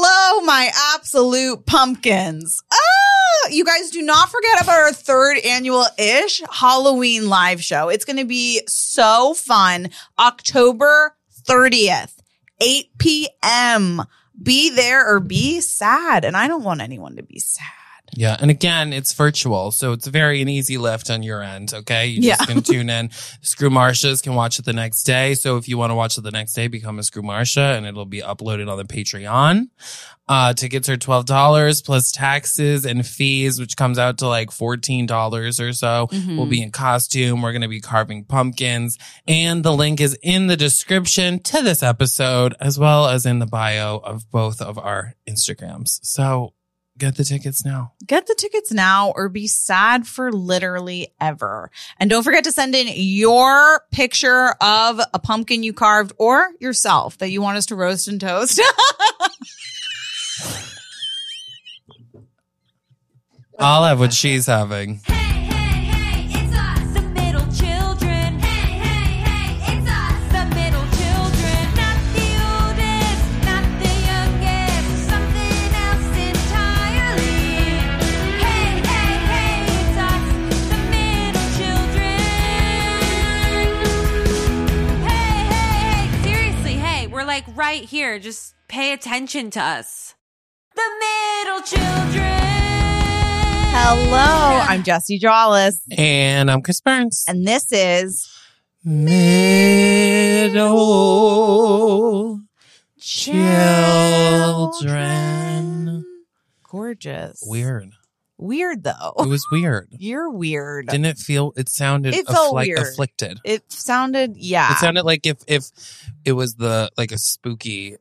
my absolute pumpkins. Oh, you guys do not forget about our third annual ish Halloween live show. It's going to be so fun. October 30th, 8 p.m. Be there or be sad. And I don't want anyone to be sad. Yeah. And again, it's virtual. So it's very an easy lift on your end. Okay. You just Yeah. can tune in. Screw Marsha's can watch it the next day. So if you want to watch it the next day, become a Screw Marsha and it'll be uploaded on the Patreon. Uh, tickets are $12 plus taxes and fees, which comes out to like $14 or so. Mm-hmm. We'll be in costume. We're going to be carving pumpkins and the link is in the description to this episode as well as in the bio of both of our Instagrams. So get the tickets now. Get the tickets now or be sad for literally ever. And don't forget to send in your picture of a pumpkin you carved or yourself that you want us to roast and toast. I'll have what she's having. Hey, hey, hey, it's us, the middle children. Hey, hey, hey, it's us, the middle children. Not the oldest, not the youngest, something else entirely. Hey, hey, hey, it's us, the middle children. Hey, hey, hey, seriously, hey, we're like right here. Just pay attention to us. The middle children. Hello, I'm Jesse Jollis, And I'm Chris Burns. and this is Middle children. Gorgeous. Weird. Weird It though. was weird. You're weird. Didn't it feel? It sounded It felt affli- weird. Ah. afflicted. it sounded yeah. It sounded like if if it was the like a spooky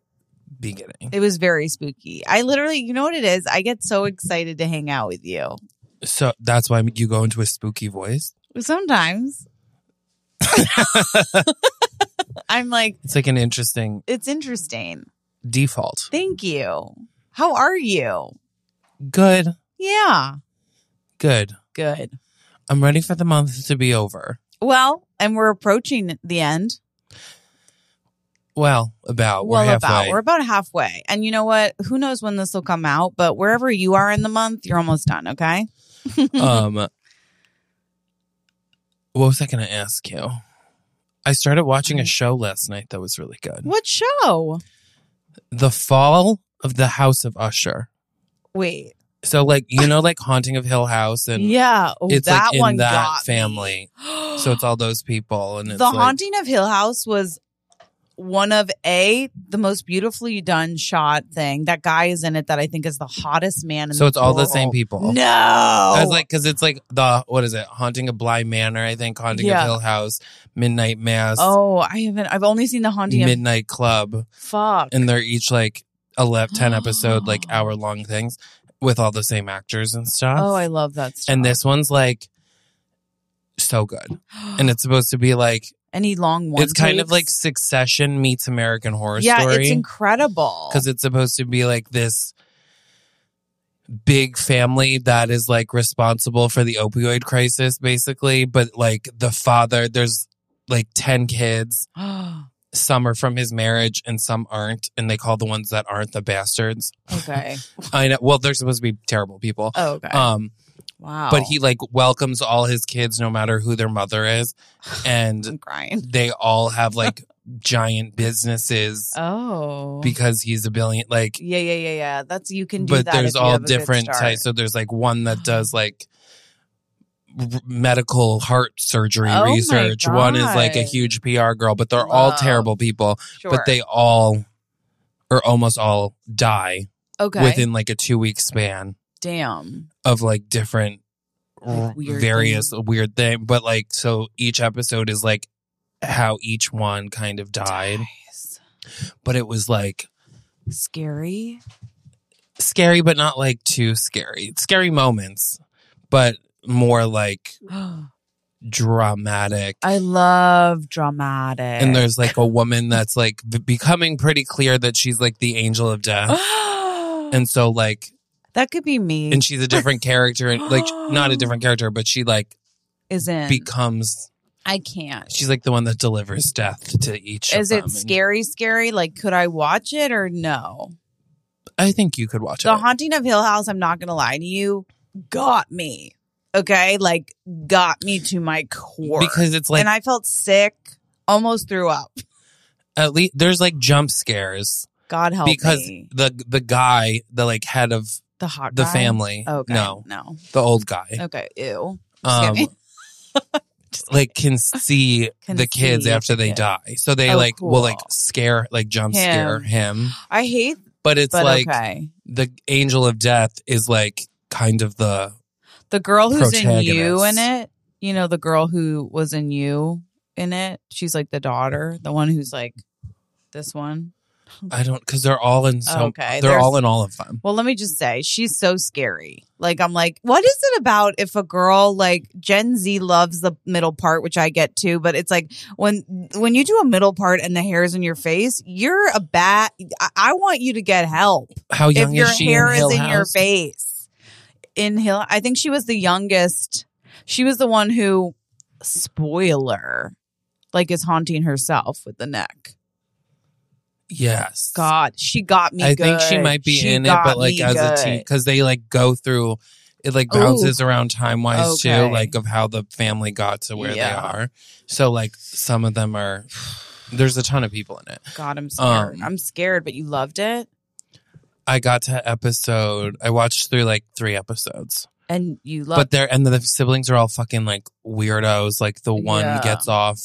beginning. it was very spooky. I literally, you know what it is? I get so excited to hang out with you. So that's why you go into a spooky voice. Sometimes I'm like, It's like an interesting it's interesting. default. Thank you. How are you? Good, Yeah. good. Good. I'm ready for the month to be over. Well, and we're approaching the end. Well, about well we're halfway. about we're about halfway and you know what who knows when this will come out but wherever you are in the month you're almost done okay um what was i gonna ask you i started watching a show last night that was really good Mm-hmm. what show the fall of the house of usher wait so like you know like haunting of hill house and yeah oh, it's that like in one that got me. family so it's all those people and the it's like, haunting of hill house was one of a the most beautifully done shot thing that guy is in it that i think is the hottest man in so it's all the same world. people no I was like, because it's like the what is it? Haunting of Bly Manor, I think. Haunting Yeah. of Hill House, Midnight Mass, oh i haven't i've only seen the haunting of Midnight Club. fuck and they're each like 11, 10 episode like hour long things with all the same actors and stuff. oh i love that stuff and this one's like so good, and it's supposed to be like any long one it's kind of takes? like Succession meets American Horror yeah Story it's incredible because it's supposed to be like this big family that is like responsible for the opioid crisis basically but like the father there's like 10 kids some are from his marriage and some aren't and they call the ones that aren't the bastards okay. I know. Well, they're supposed to be terrible people. Oh, okay. Oh. Um, wow. but he like welcomes all his kids, no matter who their mother is, and I'm crying. they all have like giant businesses Oh. because he's a billion. Like, yeah, yeah, yeah, yeah. That's you can do but that. if there's you all have a good different start. types. So there's like one that does like r- medical heart surgery Oh my research. One is like a God. huge PR girl, but they're all Wow. terrible people. Sure. But they all, or almost all, die okay. within like a two week span. Damn. of like different r- Weird various weird thing but like so each episode is like how each one kind of died Nice. but it was like Scary. scary but not like too scary scary moments but more like dramatic I love dramatic. and there's like a woman that's like b- becoming pretty clear that she's like the angel of death and so like that could be me. and she's a different character and like not a different character but she like isn't. becomes I can't. she's like the one that delivers death to each of Is it them. And- scary? Scary? Like, could I watch it or no? I think you could watch The it. Haunting of Hill House, I'm not going to lie to you, got me. Okay. Like, got me to my core. because it's like and I felt sick, almost threw up. at least there's like jump scares God help because me. the the guy, the like head of The hot the guy? family, Okay. no, No. the old guy, Okay. Ew. Just um, kidding. like can see Can the kids see after the they kid. die, so they Oh, like cool. will like scare, like jump scare him. I hate, But it's but like okay. the angel of death is like kind of the The girl who's in you in protagonist. it, you know, the girl who was in you in it, she's like the daughter, the one who's like this one. I don't because they're all in so Okay, they're there's- all in all of them. Well, let me just say, she's so scary. Like, I'm like, what is it about if a girl like Gen Z loves the middle part, which I get too, but it's like when when you do a middle part and the hair's in your face, you're a bat. I, I want you to get help How young if your is she? hair in is Hill in your House? face. In Hill, I think she was the youngest. She was the one who, spoiler, like is haunting herself with the neck. Yes. God, she got me. I think she good. might be in it, got but like me as a good. teen, because they like go through it, like bounces around time wise Okay. too, like of how the family got to where Yeah. they are. So like some of them are. There's a ton of people in it. God, I'm scared. Um, I'm scared, but you loved it. I got to episode. I watched through like three episodes, And you loved but they're and the siblings are all fucking like weirdos. Like the one Yeah. gets off.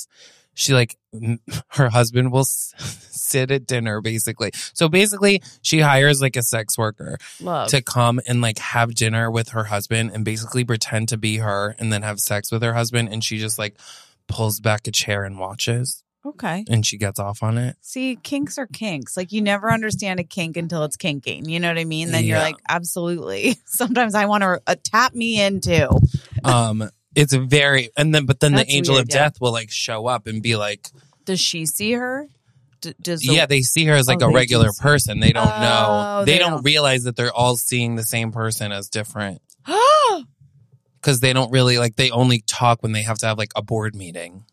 She like m- her husband will s- sit at dinner basically. So basically, she hires like a sex worker love. to come and like have dinner with her husband and basically pretend to be her and then have sex with her husband and she just like pulls back a chair and watches okay. and she gets off on it. See, kinks are kinks. Like you never understand a kink until it's kinking. You know what I mean? Then you're Yeah. like, absolutely. Sometimes I want to uh, tap me into. Um it's a very and then but then That's the angel weird, of yeah. death will like show up and be like Does she see her? D- does the- yeah they see her as like Oh, a they do regular see- person they don't Oh, know they, they don't, don't- realize that they're all seeing the same person as different cuz they don't really like they only talk when they have to have like a board meeting.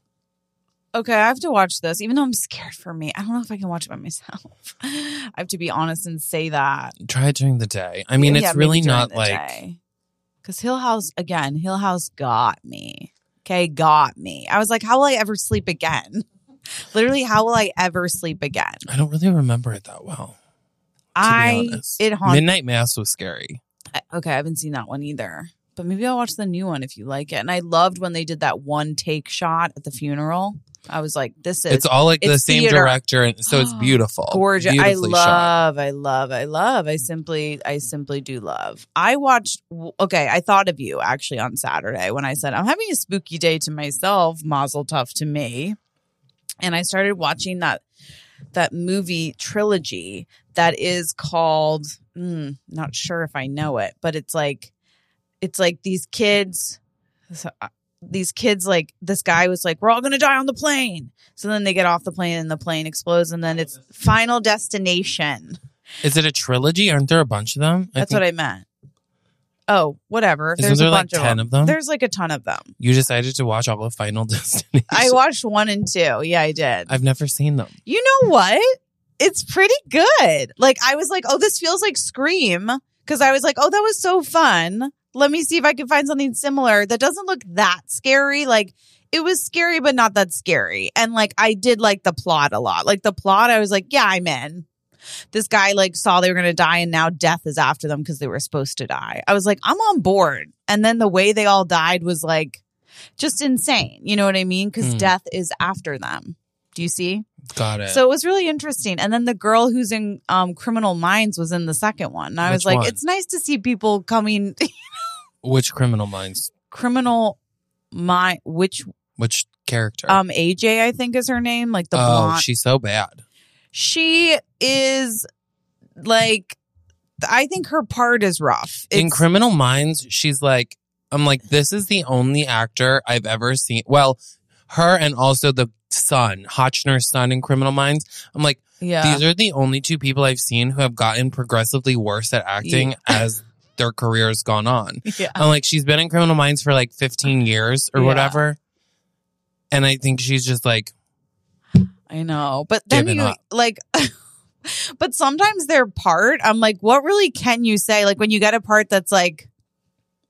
okay, I have to watch this, even though I'm scared for me. I don't know if I can watch it by myself. I have to be honest and say that. Try it during the day. I mean it's really not like because Hill House again. Hill House got me. Okay, got me. I was like, how will I ever sleep again? Literally, how will I ever sleep again? I don't really remember it that well. to be I honest. it haunted. Midnight Mass was scary. okay, I haven't seen that one either. But maybe I'll watch the new one if you like it. And I loved when they did that one take shot at the funeral. I was like, this is It's all like the it's same theater. director, and so it's beautiful, gorgeous. I beautifully shot. love, I love, I love. I simply, I simply do love. I watched. Okay, I thought of you actually on Saturday when I said I'm having a spooky day to myself. Mazel tov to me. And I started watching that that movie trilogy that is called. Mm, not sure if I know it, but it's like it's like these kids. So, uh, these kids like this guy was like, "We're all gonna die on the plane." So then they get off the plane and the plane explodes, and then it's Final Destination. Is it a trilogy? Aren't there a bunch of them? That's what I meant. Oh, whatever. Isn't There's there a like bunch ten of of them? them. There's like a ton of them. you decided to watch all of Final Destination. I watched one and two. Yeah, I did. I've never seen them. You know what? It's pretty good. Like I was like, oh, this feels like Scream because I was like, oh, that was so fun. Let me see if I can find something similar that doesn't look that scary. Like it was scary, but not that scary. And like I did like the plot a lot. Like the plot, I was like, yeah, I'm in. This guy like saw they were gonna die, and now death is after them because they were supposed to die. I was like, I'm on board. And then the way they all died was like just insane. You know what I mean? Because Hmm. death is after them. Do you see? Got it. So it was really interesting. And then the girl who's in um, Criminal Minds was in the second one. And I was Which like, one? it's nice to see people coming which Criminal Minds? Criminal Mind, which Which character? um, AJ, I think is her name, like the oh, blonde. she's so bad. She is like, I think her part is rough. In It's- Criminal Minds, she's like, I'm like, this is the only actor I've ever seen. Well, her and also the son, Hotchner's son in Criminal Minds. I'm like. yeah. These are the only two people I've seen who have gotten progressively worse at acting as their career's gone on. yeah. I'm like, she's been in Criminal Minds for like 15 years or Yeah. whatever. And I think she's just like, I know. But then Giving you up. like But sometimes their part, I'm like, what really can you say? Like when you get a part that's like,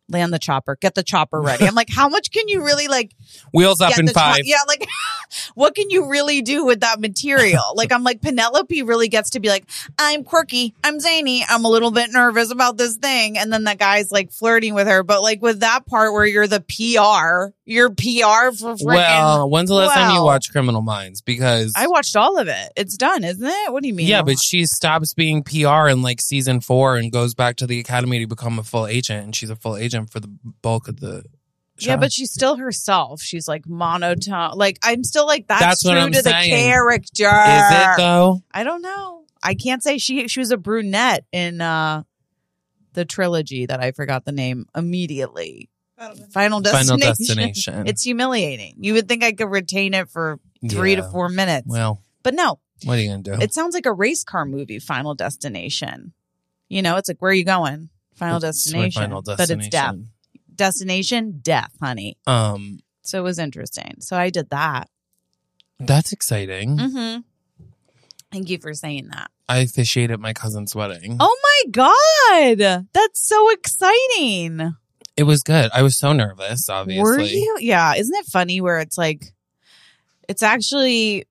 land the chopper, get the chopper ready. I'm like, how much can you really like Wheels up get in the cho- five. yeah, like what can you really do with that material? like I'm like Penelope really gets to be like, I'm quirky, I'm zany, I'm a little bit nervous about this thing, and then that guy's like flirting with her. But like with that part where you're the PR, you're PR for freaking. Well, when's the last time you Well. watched Criminal Minds? Because I watched all of it. It's done, isn't it? What do you mean? yeah, but she stops being PR in like season four and goes back to the academy to become a full agent, and she's a full agent for the bulk of the. Show. Yeah, but she's still herself. She's like monotone. Like I'm still like that's, That's true what I'm to saying. the character. is it though? I don't know. I can't say she she was a brunette in uh the trilogy that I forgot the name immediately. Final destination. Final Destination. It's humiliating. You would think I could retain it for three to Yeah. four minutes, Well, but no. what are you gonna do? It sounds like a race car movie, Final Destination. You know, it's like where are you going? Final It's my destination. Final But it's death. Destination. Destination death, honey. Um, So it was interesting. So I did that. that's exciting. Mm-hmm. Thank you for saying that. I officiated my cousin's wedding. Oh my God. That's so exciting. It was good. I was so nervous, obviously. Were you? Yeah. Isn't it funny where it's like, it's actually,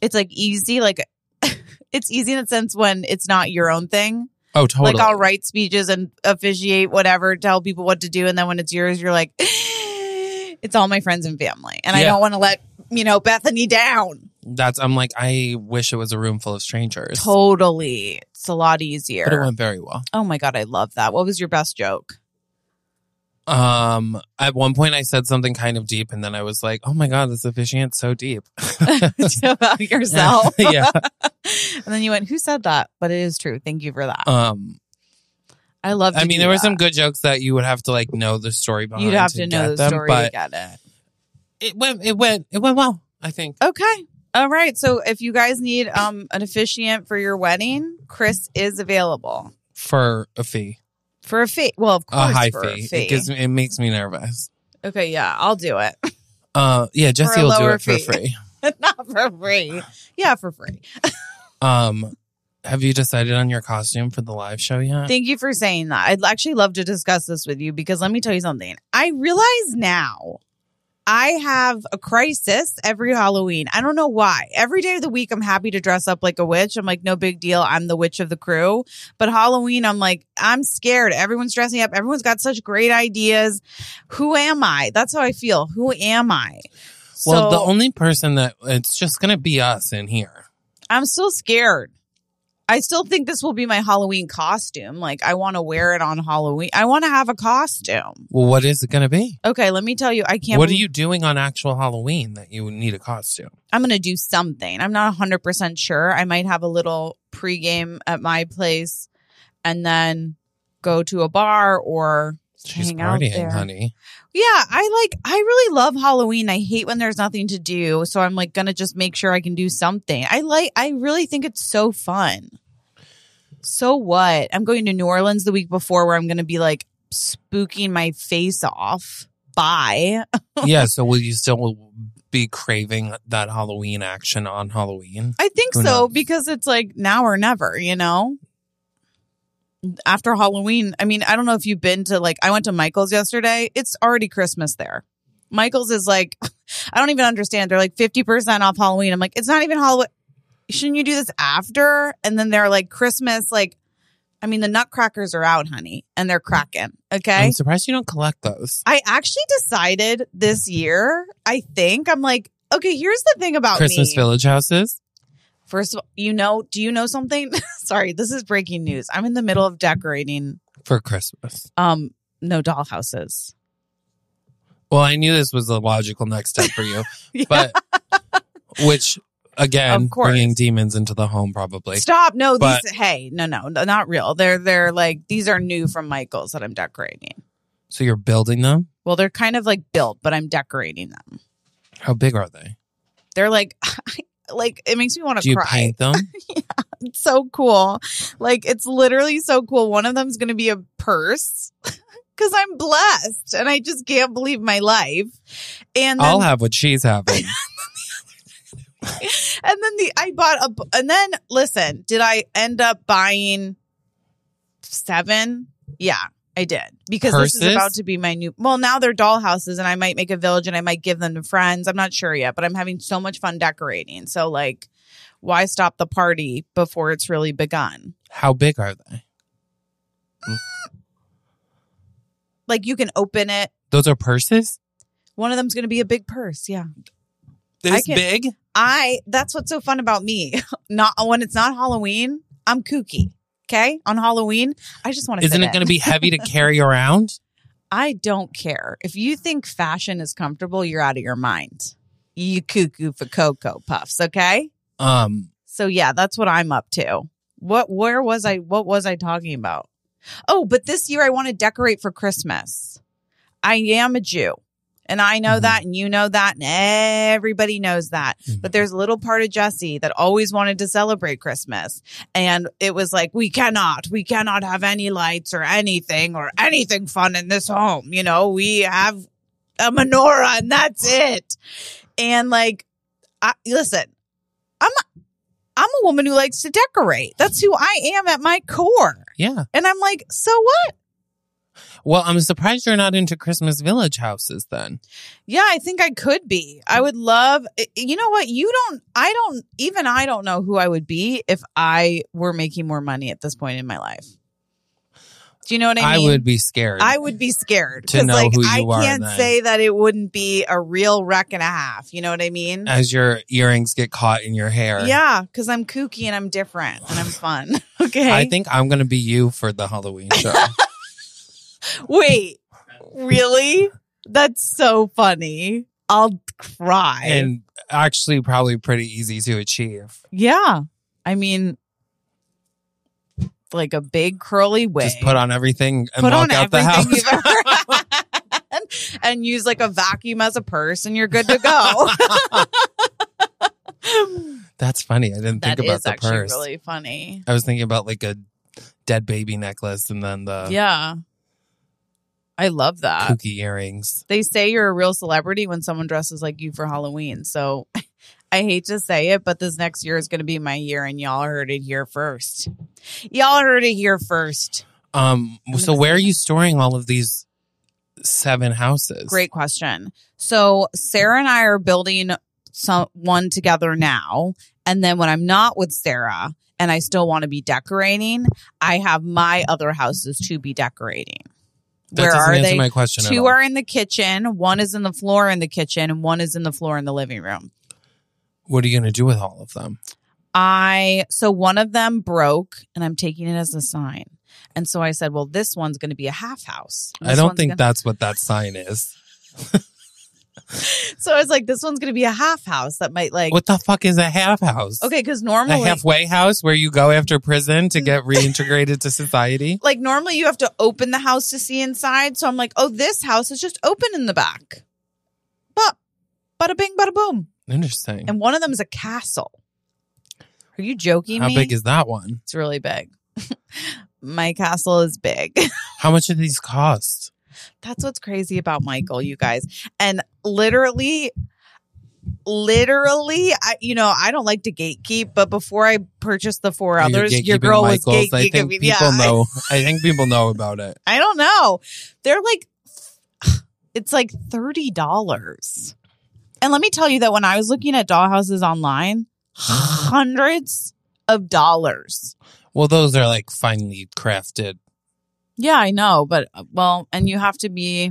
it's like easy, like, it's easy in the sense when it's not your own thing. Oh, totally. Like I'll write speeches and officiate whatever, tell people what to do, and then when it's yours, you're like, it's all my friends and family, and I Yeah. don't want to let you know Bethany down. That's. I'm like. I wish it was a room full of strangers. Totally, it's a lot But it easier. went very well. Oh my god, I love that. What was your best joke? Um, at one point I said something kind of deep, and then I was like, "Oh my god, this officiant's so deep." about yourself, yeah. and then you went, "Who said that?" But it is true. Thank you for that. Um, I love. I to mean, do there were that. some good jokes that you would have to like know the story behind. You'd have to get know the them, story to but get it. it went. It went. It went well. I think. Okay. All right. So if you guys need um an officiant for your wedding, Chris is available. for a fee, For a fee. Well, of course, a high for fee. a fee. It gives me, it makes me nervous. okay, yeah, I'll do it. Uh, yeah, Jesse a will do lower it for fee. free. Not for free. Yeah, for free. Um, have you decided on your costume for the live show yet? Thank you for saying that. I'd actually love to discuss this with you because let me tell you something. I realize now I have a crisis every Halloween. I don't know why. Every day of the week, I'm happy to dress up like a witch. I'm like, no big deal. I'm the witch of the crew. But Halloween, I'm like, I'm scared. Everyone's dressing up. Everyone's got such great ideas. Who am I? That's how I feel. Who am I? well, the So- only person that it's just gonna be us in here. I'm still scared. I still think this will be my Halloween costume. Like, I want to wear it on Halloween. I want to have a costume. Well, what is it gonna be? Okay, let me tell you, I can't. what are believe- you doing on actual Halloween that you need a costume? I'm going to do something. I'm not 100% sure. I might have a little pregame at my place and then go to a bar or She's hang out partying, there. honey. Yeah, I like I really love Halloween. I hate when there's nothing to do, so I'm like going to just make sure I can do something. I like I really think it's so fun. So what? I'm going to New Orleans the week before where I'm going to be like spooking my face off. Bye. yeah. So will you still be craving that Halloween action on Halloween? I think Who so knows? because it's like now or never, you know? After Halloween, I mean, I don't know if you've been to like, I went to Michael's yesterday. It's already Christmas there. Michael's is like, I don't even understand. They're like 50% off Halloween. I'm like, it's not even Halloween. Shouldn't you do this after? And then they're like, Christmas, like, I mean, the nutcrackers are out, honey, and they're cracking. Okay. I'm surprised you don't collect those. I actually decided this year, I think, I'm like, okay, here's the thing about Christmas me. Village houses. First of all, you know, do you know something? Sorry, this is breaking news. I'm in the middle of decorating for Christmas. um no dollhouses. Well, I knew this was the logical next step for you, but which again, Of course. bringing demons into the home probably. Stop. No, But- these hey, no, no, no, not real. They're they're like these are new from Michaels that I'm decorating. So you're building them. Well, they're kind of like built, but I'm decorating them. How big are they? They're like like it makes me want Do to you cry. paint them? It's so cool. Like it's literally so cool. One of them's going to be a purse cuz I'm blessed and I just can't believe my life. And then I'll have what she's having. And then the I bought a b- and then listen, did I end up buying seven? Yeah, I did. Because this Purses? is about to be my new well, now they're dollhouses and I might make a village and I might give them to friends. I'm not sure yet, but I'm having so much fun decorating. So like why stop the party before it's really begun? How big are they? Like you can open it. Those are purses? One of them's gonna be a big purse. Yeah. This can- big? I that's what's so fun about me. Not when it's not Halloween, I'm kooky. Okay? On Halloween, I just want to Isn't it going to be heavy to carry around? I don't care. If you think fashion is comfortable, you're out of your mind. You cuckoo for cocoa puffs, okay? Um, So yeah, that's what I'm up to. What where was I what was I talking about? Oh, but this year I want to decorate for Christmas. I am a Jew. And I know Mhm. that and you know that and everybody knows that. But there's a little part of Jesse that always wanted to celebrate Christmas. And it was like, we cannot, we cannot have any lights or anything or anything fun in this home. You know, we have a menorah and that's it. And like, I, listen, I'm, a- I'm a woman who likes to decorate. That's who I am at my core. yeah. And I'm like, so what? Well, I'm surprised you're not into Christmas village houses then. Yeah, I think I could be. I would love, i- you know what? You don't, I don't, even I don't know who I would be if I were making more money at this point in my life. Do you know what I I, mean? would be scared. I would be scared To because, know like, who I you are can't then. say that it wouldn't be a real wreck and a half. You know what I mean? As your earrings get caught in your hair. Yeah, because I'm kooky and I'm different and I'm fun. Okay. I think I'm going to be you for the Halloween show. Wait, really? That's so funny. I'll cry. and actually, probably pretty easy to achieve. yeah. I mean, like a big curly wig. Just put on everything and Put on walk out the everything house. you've ever had and use like a vacuum as a purse and you're good to go. That's funny. I didn't that think about is the actually purse. really funny. I was thinking about like a dead baby necklace and then the yeah. I love that. kooky earrings. they say you're a real celebrity when someone dresses like you for Halloween. So I hate to say it, but this next year is going to be my year, and y'all heard it here first. Y'all heard it here first. Um, I'm so where are you storing all of these seven houses? Great question. So Sarah and I are building some one together now, and then when I'm not with Sarah and I still want to be decorating, I have my other houses to be decorating. That Where doesn't are answer they? my question. at Two all. are in the kitchen, one is in the floor in the kitchen, and one is in the floor in the living room. What are you going to do with all of them? I so one of them broke and I'm taking it as a sign. And so I said, well, this one's going to be a half house. And I this don't one's think gonna- that's what that sign is. So I was like, this one's going to be a half house that might like What the fuck is a half house? okay, because a normally halfway house where you go after prison to get reintegrated to society. like normally you have to open the house to see inside. So I'm like, oh, this house is just open in the back. But bada bing, bada boom. Interesting. And one of them is a castle. Are you joking How me? big is that one? it's really big. My castle is big. How much do these cost? That's what's crazy about Michael, you guys. And literally, literally, I, you know, I don't like to gatekeep, but before I purchased the four You're others, your gatekeeping girl was Michaels. I gatekeeping. think people yeah, I, know. I think people know about it. I don't know. They're like, it's like thirty dollars. And let me tell you that when I was looking at dollhouses online, hundreds of dollars. Well, those are like finely crafted. Yeah, I know, but uh, well, and you have to be,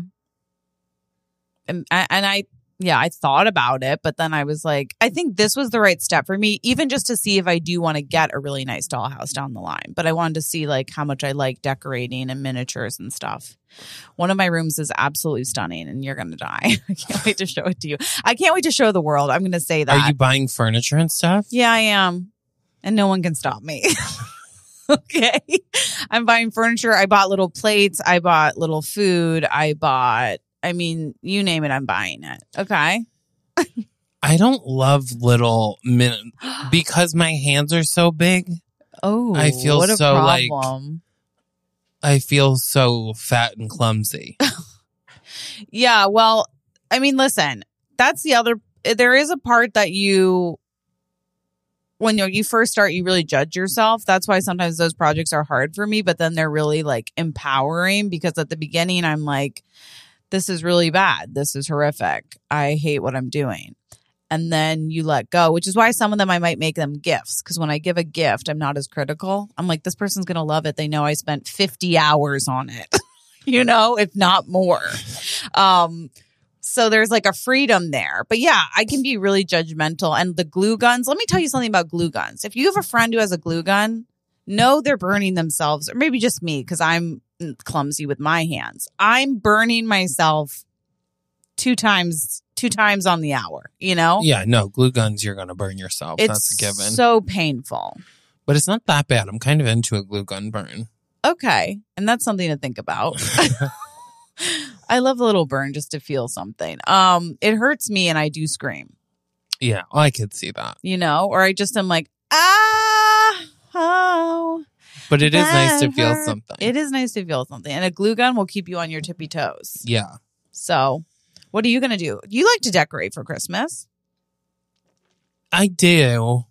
and I- and I yeah, I thought about it, but then I was like, I think this was the right step for me, even just to see if I do want to get a really nice dollhouse down the line. But I wanted to see like how much I like decorating and miniatures and stuff. One of my rooms is absolutely stunning, and you're gonna die. I can't wait to show it to you. I can't wait to show the world. I'm gonna say that. Are you buying furniture and stuff? Yeah, I am. And no one can stop me. okay. I'm buying furniture. I bought little plates. I bought little food. I bought, I mean, you name it, I'm buying it. Okay. I don't love little min because my hands are so big. oh, I feel what a so, like- problem. I feel so fat and clumsy. eh, Yeah. Well, I mean, listen, that's the other, there is a part that you when you, you first start, you really judge yourself. That's why sometimes those projects are hard for me, but then they're really like empowering because at the beginning, I'm like, this is really bad. This is horrific. I hate what I'm doing. And then you let go, which is why some of them I might make them gifts. Cause when I give a gift, I'm not as critical. I'm like, this person's going to love it. They know I spent 50 hours on it, you know, if not more. Um, so there's like a freedom there. But yeah, I can be really judgmental. And the glue guns, let me tell you something about glue guns. If you have a friend who has a glue gun, know they're burning themselves, or maybe just me, because I'm clumsy with my hands. I'm burning myself two times, two times on the hour, you know? Yeah, no, glue guns, you're going to burn yourself. That's Oh. It's a given. so painful. but it's not that bad. I'm kind of into a glue gun burn. Okay. And that's something to think about. I love a little burn just to feel something. Um, it hurts me and I do scream. Yeah, I could see that. you know, or I just am like, ah, oh. But it is nice to that feel hurt." something. It is nice to feel something. And a glue gun will keep you on your tippy toes. Yeah. So, what are you going to do? You like to decorate for Christmas. I do.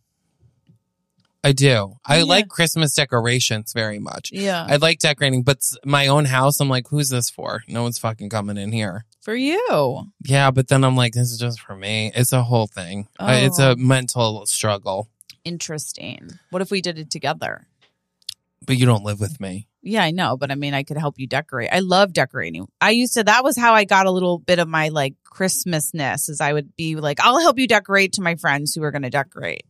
I do. I Yeah. like Christmas decorations very much. Yeah. I like decorating, but s- my own house, I'm like, who's this for? No one's fucking coming in here. for you. Yeah, but then I'm like, this is just for me. It's a whole thing. Uh, It's Oh. a mental struggle. Interesting. What if we did it together? But you don't live with me. Yeah, I know, but I mean, I could help you decorate. I love decorating. I used to, that was how I got a little bit of my like Christmasness, is I would be like, I'll help you decorate to my friends who are going to decorate.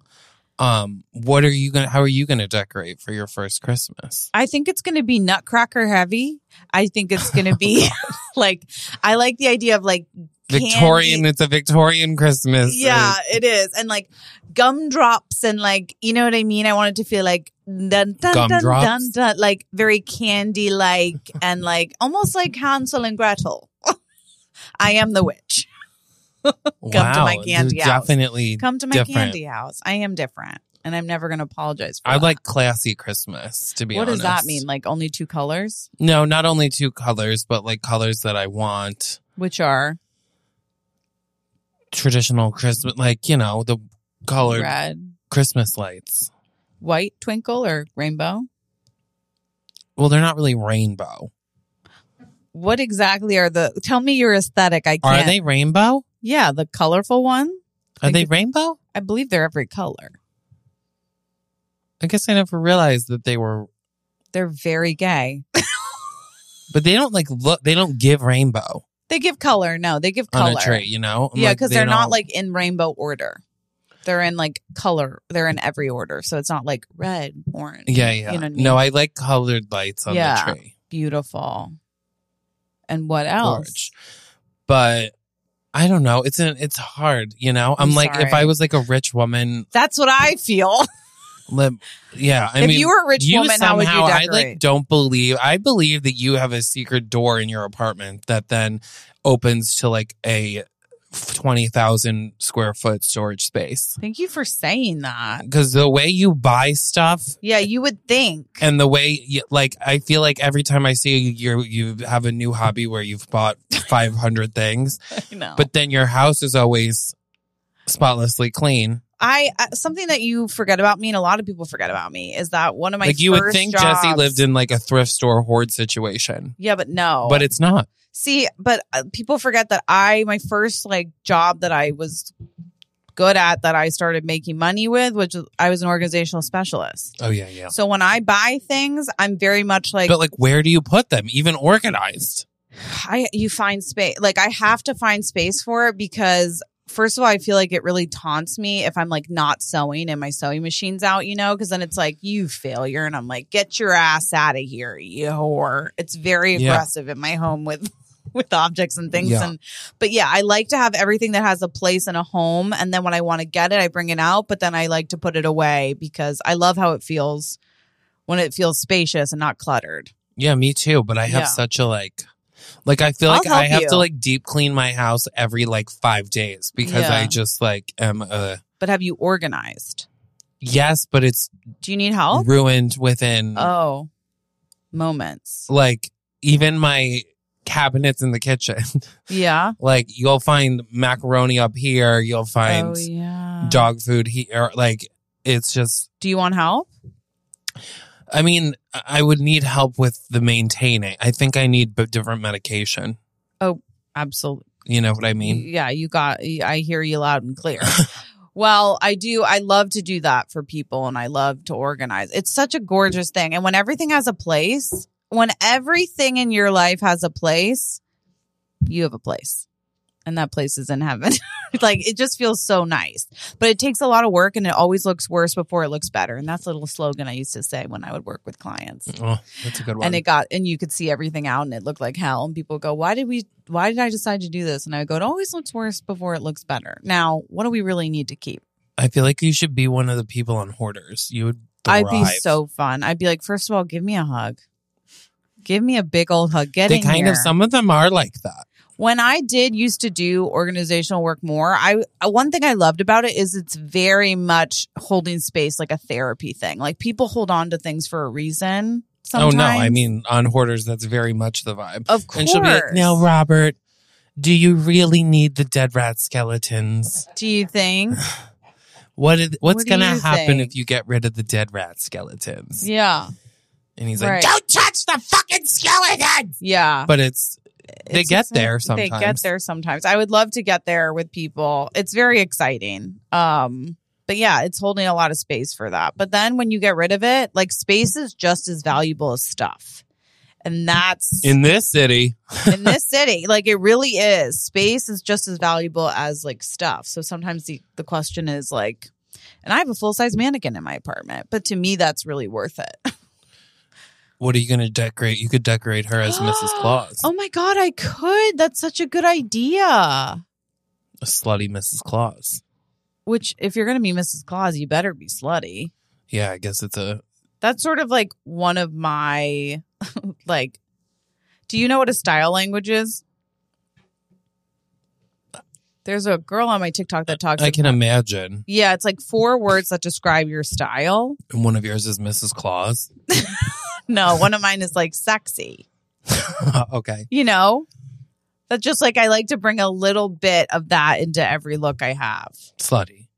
Um, what are you gonna? How are you gonna decorate for your first Christmas? I think it's going to be nutcracker heavy. I think it's going to be like I like the idea of like Candy. Victorian. It's a Victorian Christmas. yeah, Uh, it is, and like gumdrops and like you know what I mean. I want it to feel like dun dun dun Gumdrops? dun, dun like very candy like and like almost like Hansel and Gretel. I am the witch. Come to my wow, candy they're house. Definitely. Come to my Different. candy house. I am different, and I'm never going to apologize. for I that. like classy Christmas. To be What does honest, that mean? Like only two colors, No, not only two colors, but like colors that I want. which are Traditional Christmas, like you know the colored red, Christmas lights. white, twinkle, or rainbow. Well, they're not really rainbow. what exactly are the tell me your aesthetic i Are can't they rainbow? yeah the colorful one Are Think they it- rainbow? i believe they're every color I guess I never realized that they were. they're very gay But they don't like look. They don't give rainbow they give color no they give on color a tree. You know? I'm yeah like, because they they're not don't- like in rainbow order they're in like color they're in every order so it's not like red orange Yeah, yeah. you know what I mean? No, I like colored lights on Yeah. the tree. beautiful and what Gorge. else But I don't know. It's an, it's hard, you know? I'm, I'm like if sorry. I was like a rich woman, that's what i feel li- yeah, I if mean you were a rich woman how would you I decorate like don't believe I believe that you have a secret door in your apartment that then opens to like a 20,000 square foot storage space. thank you for saying that Cuz the way you buy stuff yeah you would think and the way you, like i feel like every time i see you you're, you have a new hobby where you've bought 500 things you know but then your house is always spotlessly clean I uh, something that you forget about me, and a lot of people forget about me, is that one of my like you would first think jobs- jesse lived in like a thrift store hoard situation Yeah, but no. but it's not see, but uh, people forget that I my first like job that I was good at that I started making money with, which was- I was an organizational specialist. oh yeah yeah So when I buy things, I'm very much like but like where do you put them even organized I you find space. Like I have to find space for it because first of all, I feel like it really taunts me if I'm like not sewing and my sewing machine's out, you know, because then it's like you failure, and I'm like, get your ass out of here, you whore. It's very Yeah. aggressive in my home with with objects and things Yeah. and but yeah i like to have everything that has a place in a home and then when i want to get it i bring it out but then i like to put it away because i love how it feels when it feels spacious and not cluttered yeah me too but i have Yeah. such a like like i feel I'll like i help have to you. like deep clean my house every like five days because Yeah. i just like am a but have you organized yes but it's do you need help ruined within Oh, moments. like even my cabinets in the kitchen. Yeah. like you'll find macaroni up here, you'll find Oh, yeah. dog food here. Like it's just Do you want help? I mean, I I would need help with the maintaining. I think I need b- different medication. Absolutely. You know what I mean? Yeah, you got. I hear you loud and clear. well, I do. I love to do that for people, and I love to organize. It's such a gorgeous thing, and when everything has a place, when everything in your life has a place, you have a place, and that place is in heaven. like it just feels so nice, but it takes a lot of work, and it always looks worse before it looks better. And that's a little slogan I used to say when I would work with clients Oh, that's a good one. and it got and you could see everything out and it looked like hell and people go why did we why did i decide to do this and i would go it always looks worse before it looks better now what do we really need to keep I feel like you should be one of the people on hoarders. You would. Thrive. i'd be so fun i'd be like first of all give me a hug give me a big old hug get They in kind here. of. Some of them are like that. when I did used to do organizational work more, I uh, one thing I loved about it is it's very much holding space like a therapy thing. Like people hold on to things for a reason. Sometimes. Oh no! I mean, on hoarders, that's very much the vibe. of course. And she'll be like, "Now, Robert, do you really need the dead rat skeletons? do you think? What is, what's What do going to you happen think?" if you get rid of the dead rat skeletons?" Yeah, And he's Right. like, "Don't touch the fucking skeletons!" yeah. But it's they It's get exci- there They sometimes. get there sometimes. I would love to get there with people. It's very exciting. Um, but yeah, it's holding a lot of space for that. But then when you get rid of it, like space is just as valuable as stuff. And that's in, in this city. this city. Like it really is. Space is just as valuable as like stuff. So sometimes the, the question is like, and I have a full size mannequin in my apartment, but to me, that's really worth it. What are you going to decorate? You could decorate her as Mrs. Claus, Oh my God, I could. That's such a good idea. a slutty Mrs. Claus. Which, if you're going to be Mrs. Claus, you better be slutty. Yeah, I guess it's a. That's sort of like one of my, like, do you know what a style language is? There's a girl on my TikTok that talks. I can imagine. yeah, it's like four words that describe your style. And one of yours is Mrs. Claus. No, one of mine is like sexy. okay. You know, that's just like I like to bring a little bit of that into every look I have. Slutty.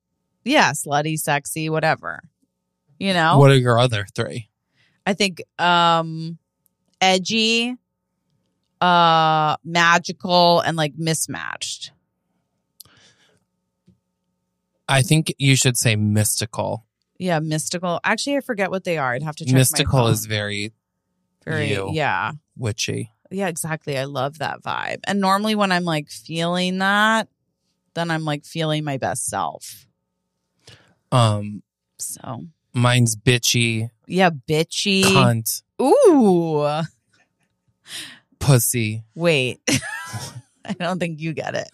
Yeah, slutty, sexy, whatever. You know, What are your other three? I think um edgy, uh magical and like mismatched. I think you should say mystical. Yeah, mystical. Actually, I forget what they are. I'd have to check my mystical phone. is very very you. yeah. witchy. Yeah, exactly. I love that vibe. And normally when I'm like feeling that, then I'm like feeling my best self. Um, So, mine's bitchy, yeah, bitchy. cunt, Ooh. pussy. Wait. I don't think you get it.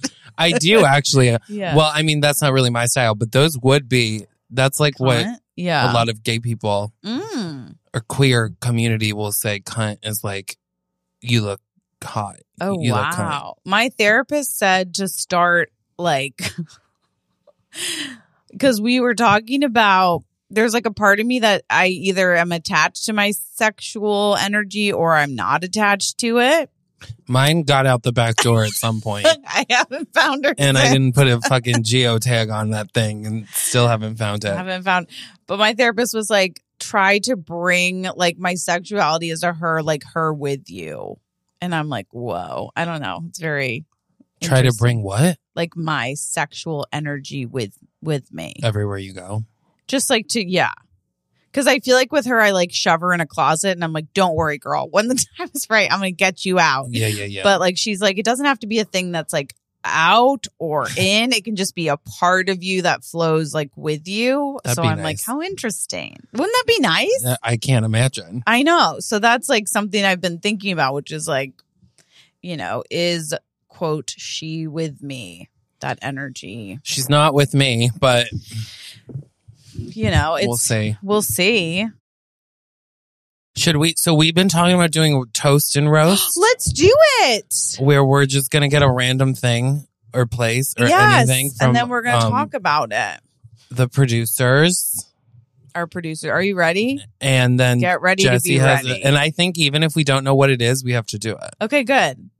I do actually. Yeah. Well, I mean, that's not really my style, but those would be. That's like what Cunt? Yeah. a lot of gay people Mm. or queer community will say. Cunt is like, you look hot. Oh you look cunt. wow. My therapist said to start like cuz we were talking about there's like a part of me that I either am attached to my sexual energy or I'm not attached to it. Mine got out the back door at some point, I haven't found her. and I since. didn't put a fucking geotag on that thing, and still haven't found I it. haven't found but my therapist was like try to bring like my sexuality is to her like her with you. And I'm like, "Whoa. I don't know. It's very Try to interesting. bring what like my sexual energy with with me. everywhere you go. just like to yeah because i feel like with her i like shove her in a closet and i'm like don't worry girl when the time is right i'm gonna get you out Yeah, yeah, yeah. Oh, but like she's like it doesn't have to be a thing that's like out or in it can just be a part of you that flows like with you That'd so be i'm like nice. how interesting wouldn't that be nice Uh, I can't imagine. i know so that's like something i've been thinking about which is like you know is quote she with me that energy She's not with me, but you know it's we'll see. we'll see Should we? So we've been talking about doing toast and roast, Let's do it. where we're just gonna get a random thing or place or yes. anything, from, and then we're going to um, talk about it. the producers, Our producer, are you ready? and then Get ready to Jesse be has. ready. and I think even if we don't know what it is, we have to do it, okay, good.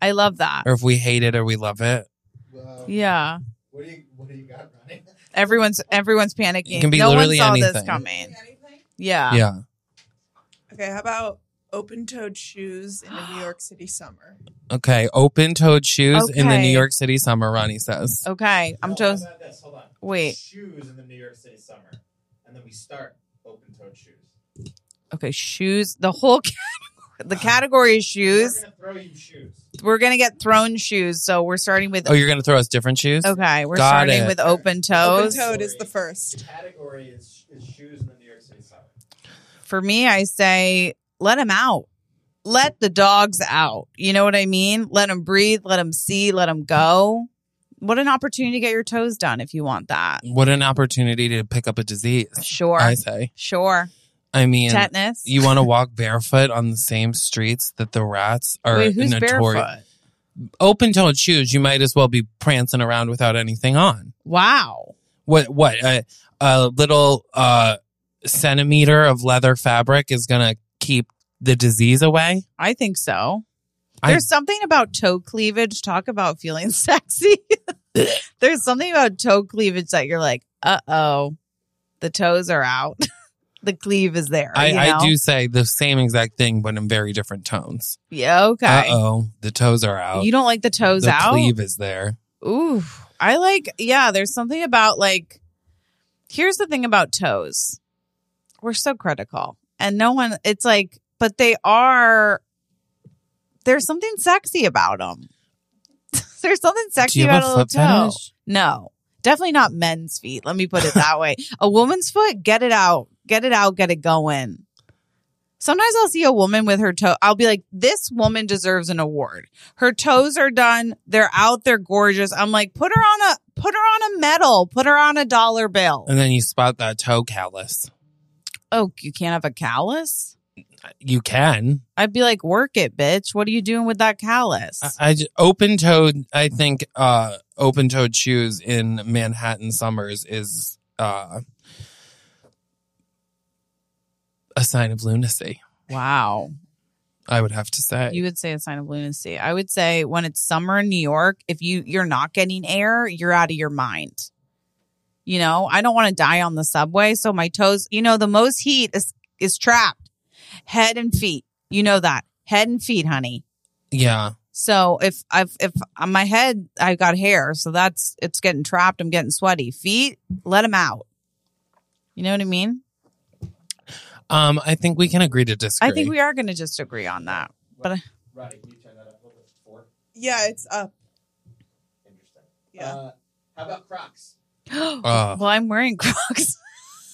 I love that. or if we hate it or we love it. Well, Yeah. What do you What do you got running? Everyone's everyone's panicking. It can be no literally one saw this anything. coming. Yeah. yeah. Okay, how about open-toed shoes in a New York City summer? Okay. Open toed shoes in the Okay. New York City summer, Ronnie says. Okay. I'm No, how just about this? Hold on. wait. Shoes in the New York City summer, and then we start open-toed shoes. Okay, shoes. The whole category, the category is We're shoes. gonna throw you shoes. We're gonna get thrown shoes, so we're starting with Oh, you're going to throw us different shoes? okay. We're Got starting it. with open toes. Open-toed is the first. Category is, is shoes in the New York City summer. For me, I say let them out. Let the dogs out. You know what I mean? Let them breathe. Let them see. Let them go. What an opportunity to get your toes done if you want that. What an opportunity to pick up a disease, Sure. I say. Sure. I mean, Tetanus. you want to walk barefoot on the same streets that the rats are Wait, who's notorious. barefoot? Open toed shoes, you might as well be prancing around without anything on. Wow. What, what, a, a little uh, centimeter of leather fabric is going to keep the disease away? I think so. I- There's something about toe cleavage. Talk about feeling sexy. There's something about toe cleavage that you're like, uh oh, the toes are out. the cleave is there. you I, I know? do say the same exact thing, but in very different tones. Yeah, Uh okay. oh, the toes are out. You don't like the toes the out? cleave is there. Ooh, I like, yeah, there's something about like, here's the thing about toes. We're so critical. And no one, it's like, but they are, there's something sexy about them. there's something sexy Do you about have a a little foot toe. fetish? No, definitely not men's feet. Let me put it that way. A woman's foot, get it out, get it out, get it going. Sometimes I'll see a woman with her toe. I'll be like, this woman deserves an award. Her toes are done. They're out. They're gorgeous. I'm like, put her on a, put her on a medal. Put her on a dollar bill. And then you spot that toe callus. Oh, you can't have a callus. You can. I'd be like, work it, bitch. What are you doing with that callus? I, I ju- open toed. I think uh, open toed shoes in Manhattan summers is uh, a sign of lunacy. wow. I would have to say. You would say a sign of lunacy. I would say when it's summer in New York, if you you're not getting air, you're out of your mind. You know, I don't want to die on the subway, so my toes, you know, the most heat is is trapped. Head and feet. You know that. Head and feet, honey. yeah. So if I've if on my head I got hair, so that's it's getting trapped, I'm getting sweaty. Feet, let them out. You know what I mean? Um, I think we can agree to disagree. I think we are going to just agree on that. But I- Roddy, can you turn that up a little bit? Four. Yeah, it's up. Interesting. Yeah. Uh, how about Crocs? Uh, Well, I'm wearing Crocs.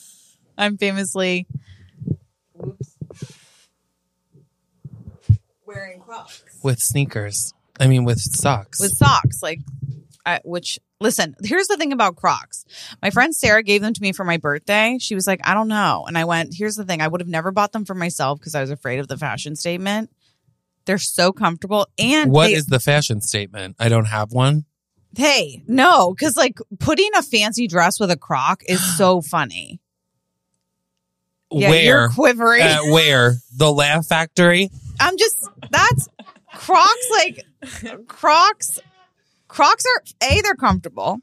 I'm famously Wearing Crocs. with sneakers. I mean, with socks. with socks, like, I, which, listen, here's the thing about Crocs. My friend Sarah gave them to me for my birthday. She was like, I don't know. And I went, here's the thing I would have never bought them for myself because I was afraid of the fashion statement. They're so comfortable. And What they- is the fashion statement? I don't have one. hey, no, because like putting a fancy dress with a croc is so funny. Yeah, where? you're quivering. At where? The Laugh Factory? I'm just that's Crocs like Crocs Crocs are A, they're comfortable.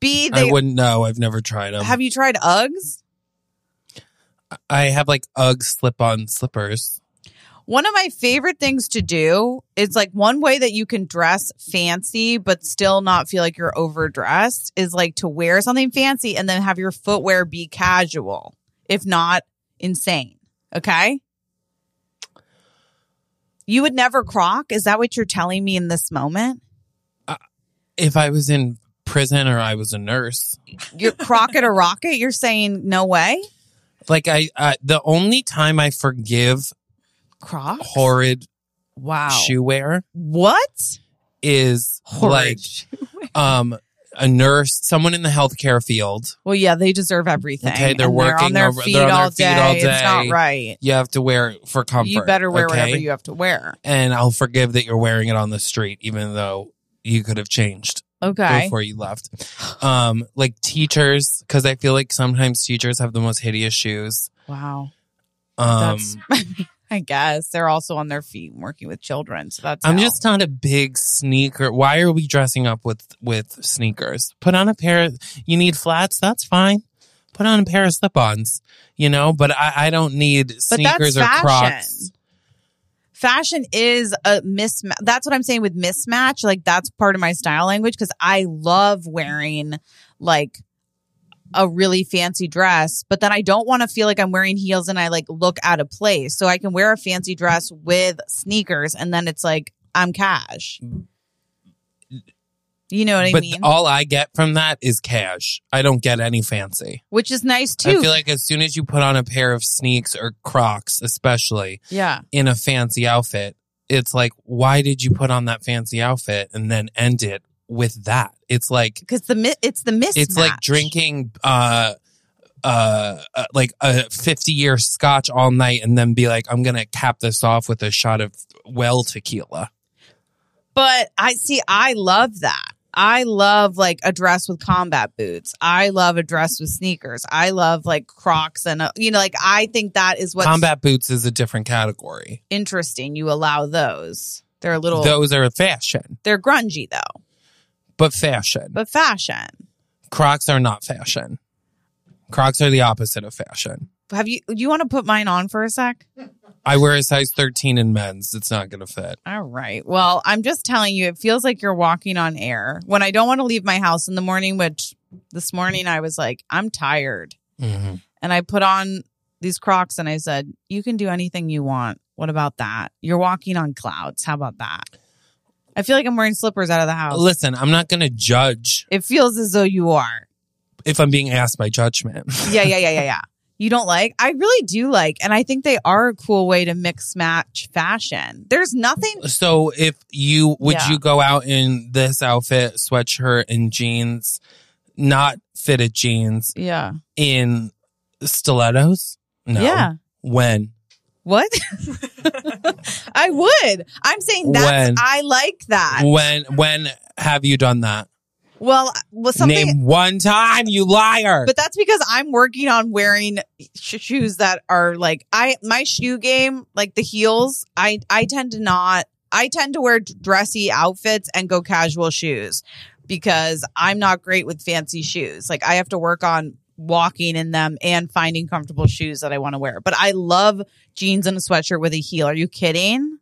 B, they I wouldn't know. I've never tried them. have you tried Uggs? I have like UGG slip on slippers. One of my favorite things to do is like one way that you can dress fancy but still not feel like you're overdressed is like to wear something fancy and then have your footwear be casual, if not insane. Okay? You would never croc? Is that what you're telling me in this moment? If I was in prison or I was a nurse, You're Crockett or Rocket. You're saying no way, like I, I the only time I forgive Croc. horrid Wow. shoe wear What? is Horrid. like um a nurse, someone in the healthcare field. well, yeah, they deserve everything. Okay, they're and working on their over- feet, they're on their all, feet day. all It's not day. right. You have to wear it for comfort. you better wear okay? whatever you have to wear. And I'll forgive that you're wearing it on the street, even though you could have changed. Okay. before you left. Um, like teachers, because I feel like sometimes teachers have the most hideous shoes. Wow. Um, That's I guess they're also on their feet working with children. So that's. I'm how. just not a big sneaker. Why are we dressing up with with sneakers? Put on a pair. Of, you need flats. That's fine. Put on a pair of slip-ons. You know, but I, I don't need But sneakers that's or fashion. Crocs. Fashion is a mismatch. That's what I'm saying with mismatch. Like that's part of my style language because I love wearing like a really fancy dress, but then I don't want to feel like I'm wearing heels and I like look out of place. So I can wear a fancy dress with sneakers, and then it's like I'm cash. You know what I but mean? all I get from that is cash. I don't get any fancy. Which is nice I too. feel like as soon as you put on a pair of sneaks or Crocs, especially yeah. in a fancy outfit, it's like, why did you put on that fancy outfit and then end it with that? It's like Because the mi- it's the mismatch. it's like drinking uh uh, uh, like a 50 year scotch all night and then be like i'm gonna cap this off with a shot of well tequila But I see, I love that. I love like a dress with combat boots. I love a dress with sneakers. I love like Crocs and, uh you know, like I think that is what's combat boots is a different category interesting. You allow those. They're a little, those are fashion they're grungy though, but fashion but fashion. crocs are not fashion crocs are the opposite of fashion Have you, you want to put mine on for a sec? i wear a size 13 in men's it's not gonna fit All right. Well, I'm just telling you, it feels like you're walking on air. When I don't want to leave my house in the morning, which this morning I was like, I'm tired. Mhm. and I put on these Crocs and I said, "You can do anything you want. What about that? You're walking on clouds. How about that?" I feel like I'm wearing slippers out of the house. listen i'm not gonna judge It feels as though you are. if i'm being asked by judgment Yeah, yeah, yeah, yeah, yeah. You don't like? I really do like, and I think they are a cool way to mix match fashion. There's nothing. So if you would Yeah. you go out in this outfit, sweatshirt and jeans, not fitted jeans Yeah. in stilettos? No. Yeah. When? What? I would. I'm saying that's. When? I like that. When when have you done that? Well, well, something. Name one time, you liar. But that's because I'm working on wearing sh- shoes that are like I my shoe game, like the heels. I I tend to not. I tend to wear dressy outfits and go casual shoes because I'm not great with fancy shoes. Like I have to work on walking in them and finding comfortable shoes that I want to wear. But I love jeans and a sweatshirt with a heel. Are you kidding?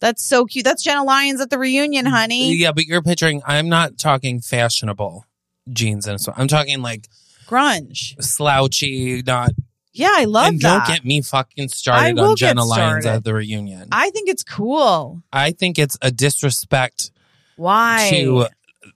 That's so cute. That's Jenna Lyons at the reunion, honey. Mm, yeah, but you're picturing I'm not talking fashionable jeans and so I'm talking like Grunge. slouchy, not Yeah, I love and that. don't get me fucking started will on get Jenna Lyons started. at the reunion. I, I think it's cool. think it's a disrespect Why? to uh,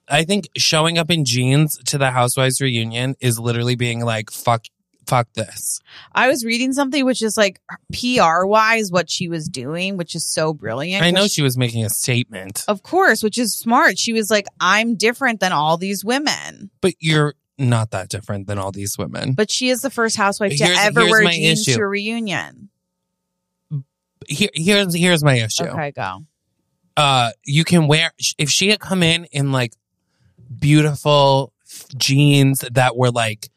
I think showing up in jeans to the housewives reunion is literally being like fuck fuck this. I was reading something which is like PR wise what she was doing, which is so brilliant. I know 'Cause she was making a statement, of course, which is smart. She was like, I'm different than all these women. but you're not that different than all these women. But But she is the first housewife to Here's- ever here's wear my jeans issue. to a reunion. here, here's here's my issue. Okay, go. Uh you can wear if she had come in in like beautiful jeans that were like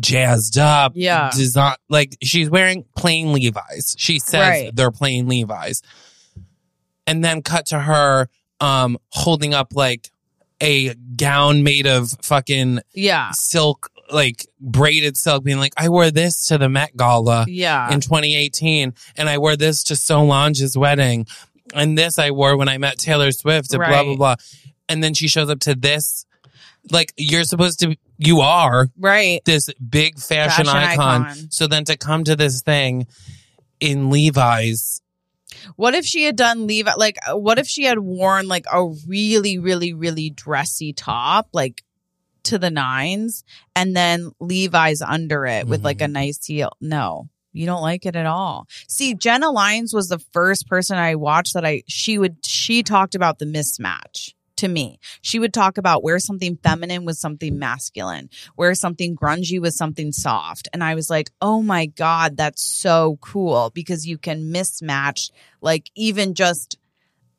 jazzed up Yeah. design like she's wearing plain levi's she says Right. they're plain levi's and then cut to her um holding up like a gown made of fucking Yeah. silk like braided silk being like i wore this to the met gala Yeah. in 2018 and i wore this to solange's wedding and this i wore when i met taylor swift and blah Right. blah blah and then she shows up to this like you're supposed to you are Right. this big fashion, Fashion icon. icon. So then to come to this thing in Levi's, What if she had done leave like uh, what if she had worn like a really, really, really dressy top, like to the nines, and then Levi's under it with like a nice heel? No. You don't like it at all. See, Jenna Lyons was the first person I watched that I she would she talked about the mismatch to me. She would talk about where something feminine was something masculine, where something grungy was something soft. And I was like, "Oh my god, that's so cool because you can mismatch like even just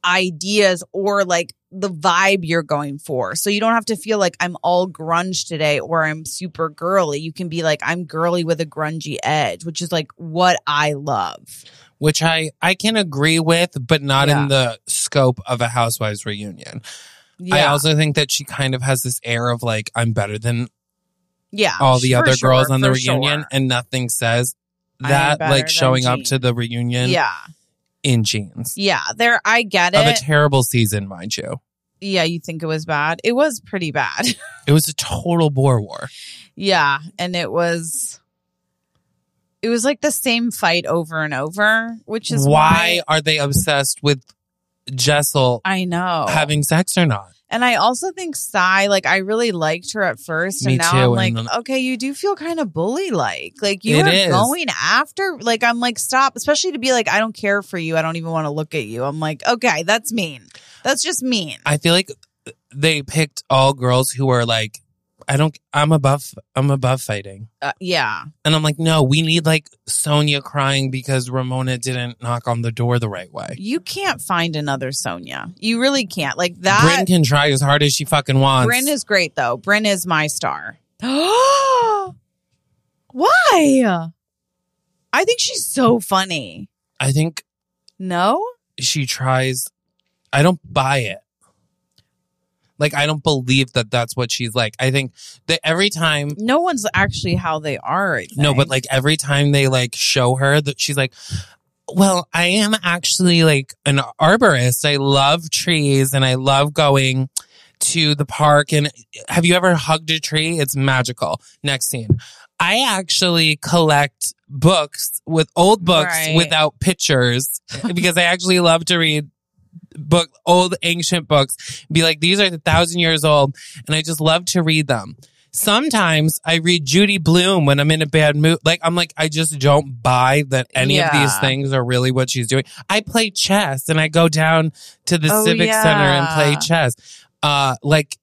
ideas or like the vibe you're going for. So you don't have to feel like I'm all grunge today or I'm super girly. You can be like I'm girly with a grungy edge, which is like what I love. which I I can agree with, but not Yeah. in the scope of a housewives reunion. I also think that she kind of has this air of like I'm better than yeah. all the for other Oh, sure, girls on the for reunion, sure. and nothing says I am that better like than showing up to Jean. the reunion Yeah. in jeans Yeah, there I get of a it. terrible season, mind you. yeah, you think it was bad. It was pretty bad. It was a total bore war. Yeah, and it was it was like the same fight over and over, which is why, why are they obsessed with Jessel I know. having sex or not? and I also think Sai, like I really liked her at first, Me and now too, I'm and like, then- okay, you do feel kind of bully like, like you It are is. going after, like I'm like stop, especially to be like I don't care for you, I don't even want to look at you. I'm like, okay, that's mean. That's just mean. I feel like they picked all girls who are like, I don't, I'm above, I'm above fighting. Uh, yeah, And I'm like, no, we need like Sonia crying because Ramona didn't knock on the door the right way. you can't find another Sonia. You really can't. Like that. Brynn can try as hard as she fucking wants. Bryn is great though. Bryn is my star. Why? I think she's so funny. I think No? she tries. I don't buy it. Like, I don't believe that that's what she's like. I think that every time No one's actually how they are. I No, but think. like every time they like show her that she's like, well, I am actually like an arborist. I love trees and I love going to the park. And have you ever hugged a tree? It's magical. Next scene. I actually collect books with old books Right. without pictures because I actually love to read book old ancient books be like these are a thousand years old and i just love to read them sometimes i read judy bloom when i'm in a bad mood like i'm like i just don't buy that any of these Yeah. things are really what she's doing i play chess and i go down to the Oh, civic center and play yeah. chess uh like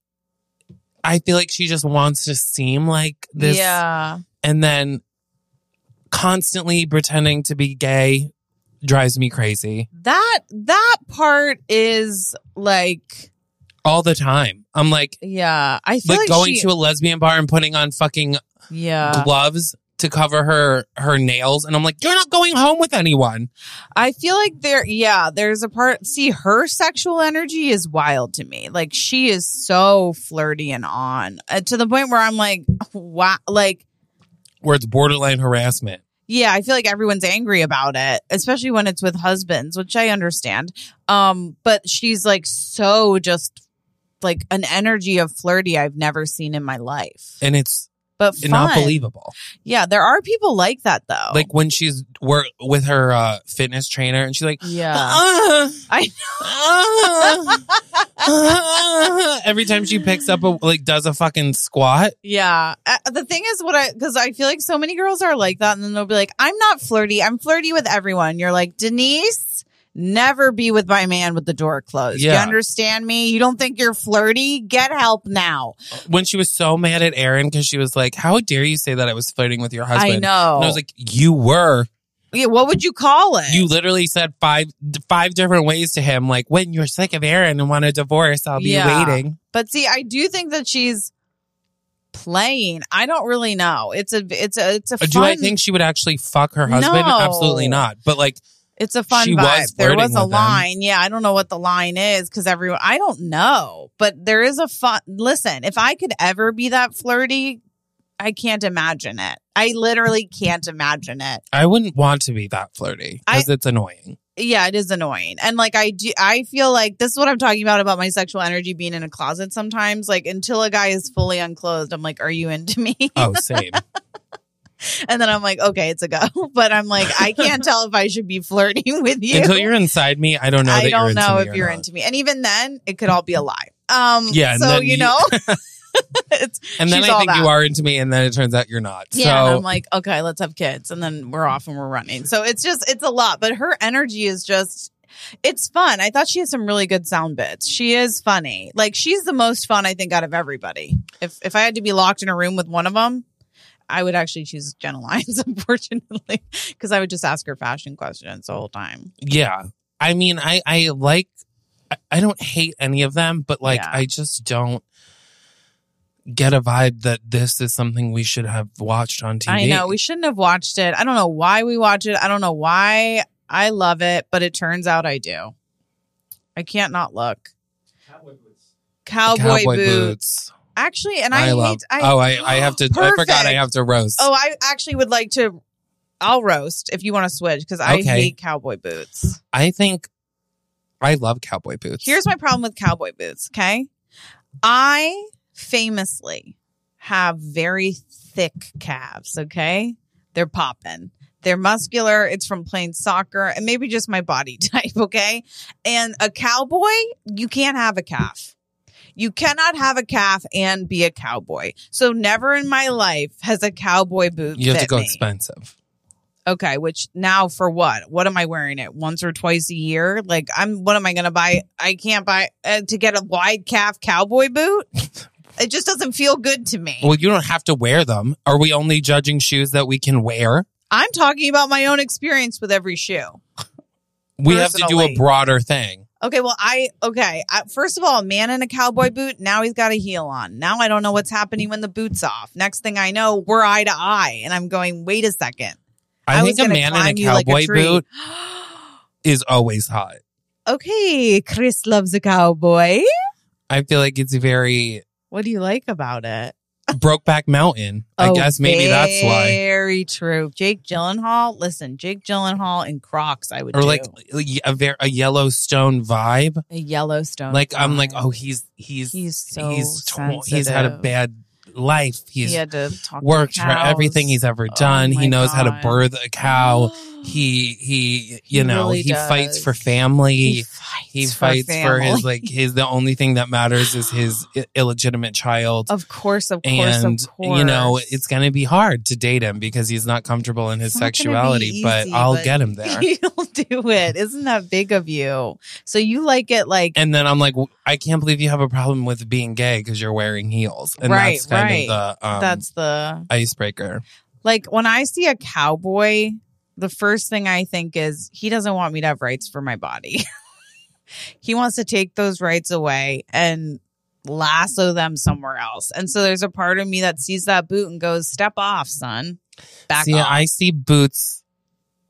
i feel like she just wants to seem like this Yeah. and then constantly pretending to be gay drives me crazy That that part is like all the time i'm like yeah. I feel like, like, going she, to a lesbian bar and putting on fucking Yeah. gloves to cover her her nails and i'm like you're not going home with anyone I feel like there yeah, there's a part see her sexual energy is wild to me. Like she is so flirty and on. Uh, to the point where I'm like, wow like where it's borderline harassment Yeah, I feel like everyone's angry about it, especially when it's with husbands, which I understand. Um, but she's like so just like an energy of flirty I've never seen in my life. and it's But fun. Oh. not believable Yeah, there are people like that though. like when she's work with her uh, fitness trainer and she's like yeah, "Ah, I ah, ah." every time she picks up a like does a fucking squat yeah. Uh, the thing is, what I because I feel like so many girls are like that, and then they'll be like, "I'm not flirty. I'm flirty with everyone." You're like Denise. Never be with my man with the door closed. You Yeah. understand me? You don't think you're flirty? Get help now. when she was so mad at Aaron because she was like how dare you say that I was flirting with your husband I know. and I was like you were Yeah, what would you call it? You literally said five five different ways to him, like when you're sick of Aaron and want a divorce, I'll be Yeah. waiting. but see, I do think that she's playing. I don't really know. It's a it's a it's a fun, Uh, Do I think she would actually fuck her husband? No. Absolutely not. But like, it's a fun she was vibe. there flirting was a with him. line. Yeah, I don't know what the line is because everyone I don't know. But there is a fun listen, if I could ever be that flirty, I can't imagine it. I literally can't imagine it. I wouldn't want to be that flirty because it's annoying. yeah, it is annoying. And like I do I feel like this is what I'm talking about about my sexual energy being in a closet sometimes. Like until a guy is fully unclothed, I'm like, are you into me? Oh, same. And then I'm like, okay, it's a go. But I'm like, I can't tell if I should be flirting with you. Until you're inside me, I don't know. I that don't you're into know me if or you're not. into me. And even then, it could all be a lie. Um Yeah, and so then you, you- know it's And then She's I all think you that. are into me, and then it turns out you're not. yeah, and so I'm like, okay, let's have kids, and then we're off and we're running. So it's just it's a lot, but her energy is just it's fun. I thought she had some really good sound bits. She is funny. Like she's the most fun I think out of everybody. If if I had to be locked in a room with one of them, I would actually choose Jenna Lyons, unfortunately, because I would just ask her fashion questions the whole time. yeah, I mean, I I like I, I don't hate any of them, but like Yeah. I just don't get a vibe that this is something we should have watched on TV. I know we shouldn't have watched it. I don't know why we watch it. I don't know why I love it, but it turns out I do. I can't not look. Cowboy boots. Cowboy, Cowboy boots. boots. Actually, and I, I, hate. love. I, oh, I, I have to. I forgot. I Perfect. have to roast. oh, I actually would like to. I'll roast if you want to switch because I Okay. hate cowboy boots. I think I love cowboy boots. Here's my problem with cowboy boots, okay? I famously have very thick calves, okay? They're popping. They're muscular. It's from playing soccer and maybe just my body type, okay? And a cowboy, you can't have a calf. You cannot have a calf and be a cowboy. So never in my life has a cowboy boot. you have to fit go me. expensive. Okay, which now for what? What am I wearing it once or twice a year? Like I'm, what am I going to buy? I can't buy uh, to get a wide calf cowboy boot. It just doesn't feel good to me. Well, you don't have to wear them. Are we only judging shoes that we can wear? I'm talking about my own experience with every shoe. We have to do a Personally. broader thing. Okay, well I okay. I, first of all, a man in a cowboy boot. Now he's got a heel on. Now I don't know what's happening when the boot's off. Next thing I know, we're eye to eye, and I'm going, wait a second. I, was think a gonna man in a climb you like cowboy tree. boot is always hot. okay, Chris loves a cowboy. I feel like it's very What do you like about it? Brokeback Mountain. I Oh, guess maybe that's why. Very true. Jake Gyllenhaal. Listen, Jake Gyllenhaal in Crocs. I would Or do. like a, a ver- a Yellowstone vibe. a Yellowstone. Like I'm vibe. like, oh, he's he's Um, he's so he's tw- he's had a sensitive. bad life. He's he had to talk to worked for cows. everything he's ever Oh done. my he knows how to God. birth a cow. he he He you know really he fights does. for family. He He, fights, fights for, family. his like his the only thing that matters is his i- illegitimate child. Of course, of course, and of course. you know it's going to be hard to date him because he's not comfortable in his It's not gonna be sexuality but easy, i'll but- get him there You'll do it. Isn't that big of you? So you like it like and then i'm like w- i can't believe you have a problem with being gay because you're wearing heels and Right, that's kind right. of the um, that's the icebreaker Like when I see a cowboy, the first thing I think is he doesn't want me to have rights for my body. he wants to take those rights away and lasso them somewhere else. And so there's a part of me that sees that boot and goes, "Step off, son. Back see off." i see boots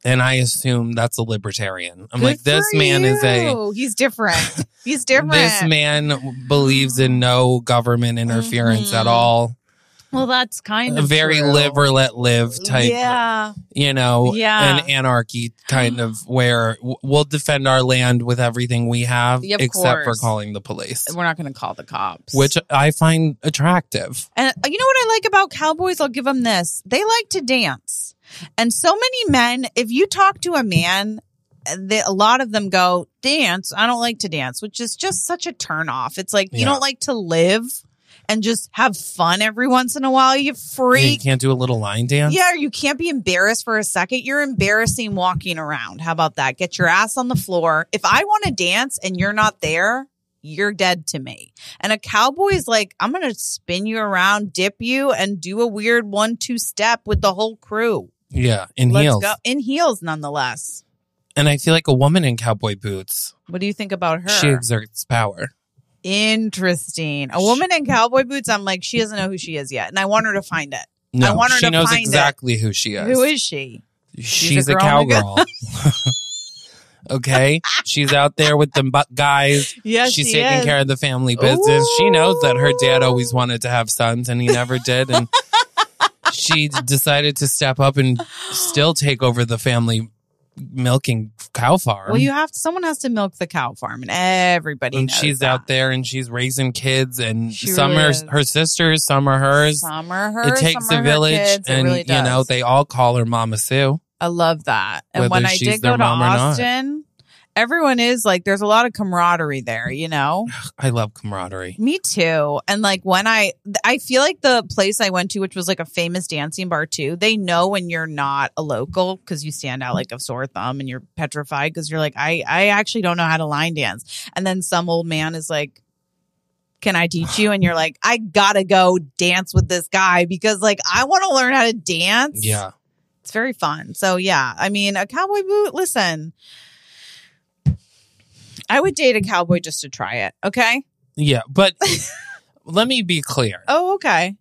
and i assume that's a libertarian i'm Good like this for man is a you. He's different. He's different. This man believes in no government interference at Mhm. all. well, that's kind A of very true. live or let live type, Yeah. you know, Yeah. an anarchy kind of where w- we'll defend our land with everything we have, Yeah, of except course. for calling the police, We're not going to call the cops. which I find attractive. And uh, you know what I like about cowboys? I'll give them this. They like to dance. And so many men, if you talk to a man, uh, they, a lot of them go, dance. I don't like to dance, which is just such a turn off. It's like, you Yeah. don't like to live and just have fun every once in a while. You You freak. can't do a little line dance. Yeah, you can't be embarrassed for a second. You're embarrassing walking around. How about that? Get your ass on the floor. If I want to dance and you're not there, you're dead to me. And a cowboy is like, I'm going to spin you around, dip you, and do a weird one two step with the whole crew. Yeah, in heels. In heels, nonetheless. And I feel like a woman in cowboy boots, What do you think about her? she exerts power. Interesting. A woman in cowboy boots, I'm like, she doesn't know who she is yet. And I want her to find it. No, want her she to knows find it. exactly who she is. Who is she? She's, a a, girl, oh nigga. cowgirl. okay, she's out there with the bu- guys. Yes, she's she taking is. care of the family business. She knows that her dad always wanted to have sons, and he never did. And she decided to step up and still take over the family milking cow farm. Well, you have someone has to milk the cow farm, and everybody. and knows she's that. out there and she's raising kids, and She some really are is. her sisters, some are hers. Some are it hers, takes some a are her village, kids. It and really you know does. they all call her Mama Sue. I love that. And whether when I she's did their go to mom or not. Austin, everyone is like, there's a lot of camaraderie there, you know. I love camaraderie. Me too. And like when I, I feel like the place I went to, which was like a famous dancing bar too, they know when you're not a local because you stand out like a sore thumb and you're petrified because you're like, I, I actually don't know how to line dance. And then some old man is like, can I teach you? And you're like, I gotta go dance with this guy because like I want to learn how to dance. Yeah. It's very fun. So yeah, I mean, a cowboy boot. Listen, I would date a cowboy just to try it. Okay. Yeah, but let me be clear. Oh, okay.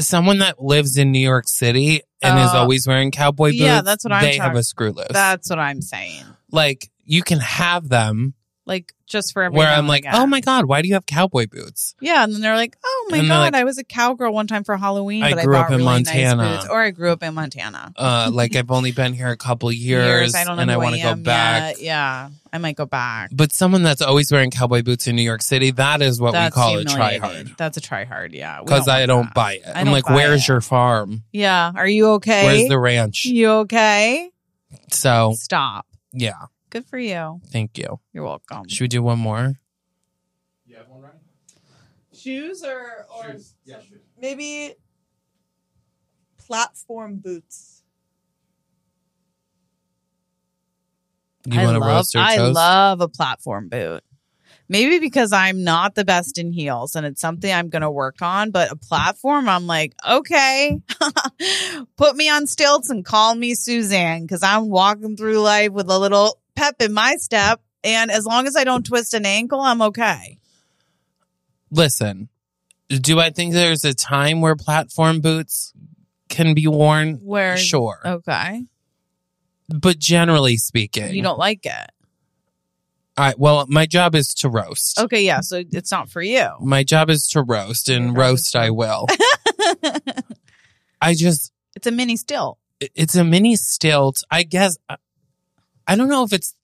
Someone that lives in New York City and is Uh, always wearing cowboy boots, yeah, that's what I'm They have talking- a screw loose. That's what I'm saying. like you can have them Like just for every where now I'm and like, again. oh my god, why do you have cowboy boots? Yeah, and then they're like, "Oh my And they're god, like, I was a cowgirl one time for Halloween, I but grew I up bought in really Montana." nice boots, or I grew up in Montana." Uh, like I've only been here a couple years, I don't know and who I want to go am back. yet. Yeah, I might go back. But someone that's always wearing cowboy boots in New York City, that is what That's we call a try humiliating. hard. That's a try hard. Yeah, we Because I want don't that. buy it. I I'm don't like, buy where's it. your farm? Yeah, are you okay? Where's the Oh. ranch? you okay? So Stop. yeah, Good for you. thank you. You're welcome. Should we do one more? You have one, right? Shoes or or Shoes. Yeah, shoes. maybe platform boots. You I want to love, roast your I toast? love a platform boot. Maybe because I'm not the best in heels and it's something I'm going to work on, but a platform, I'm like, okay, put me on stilts and call me Suzanne because I'm walking through life with a little pep in my step. And as long as I don't twist an ankle, I'm okay. Listen, do I think there's a time where platform boots can be worn? Where? Sure. Oh. Okay. But generally speaking, You don't like it. I, well, my job is to roast. Okay. Yeah. So it's not for you. My job is to roast, and Your job is roast I will. I just, it's a mini stilt. it- it's a mini stilt. I guess, I, I don't know if it's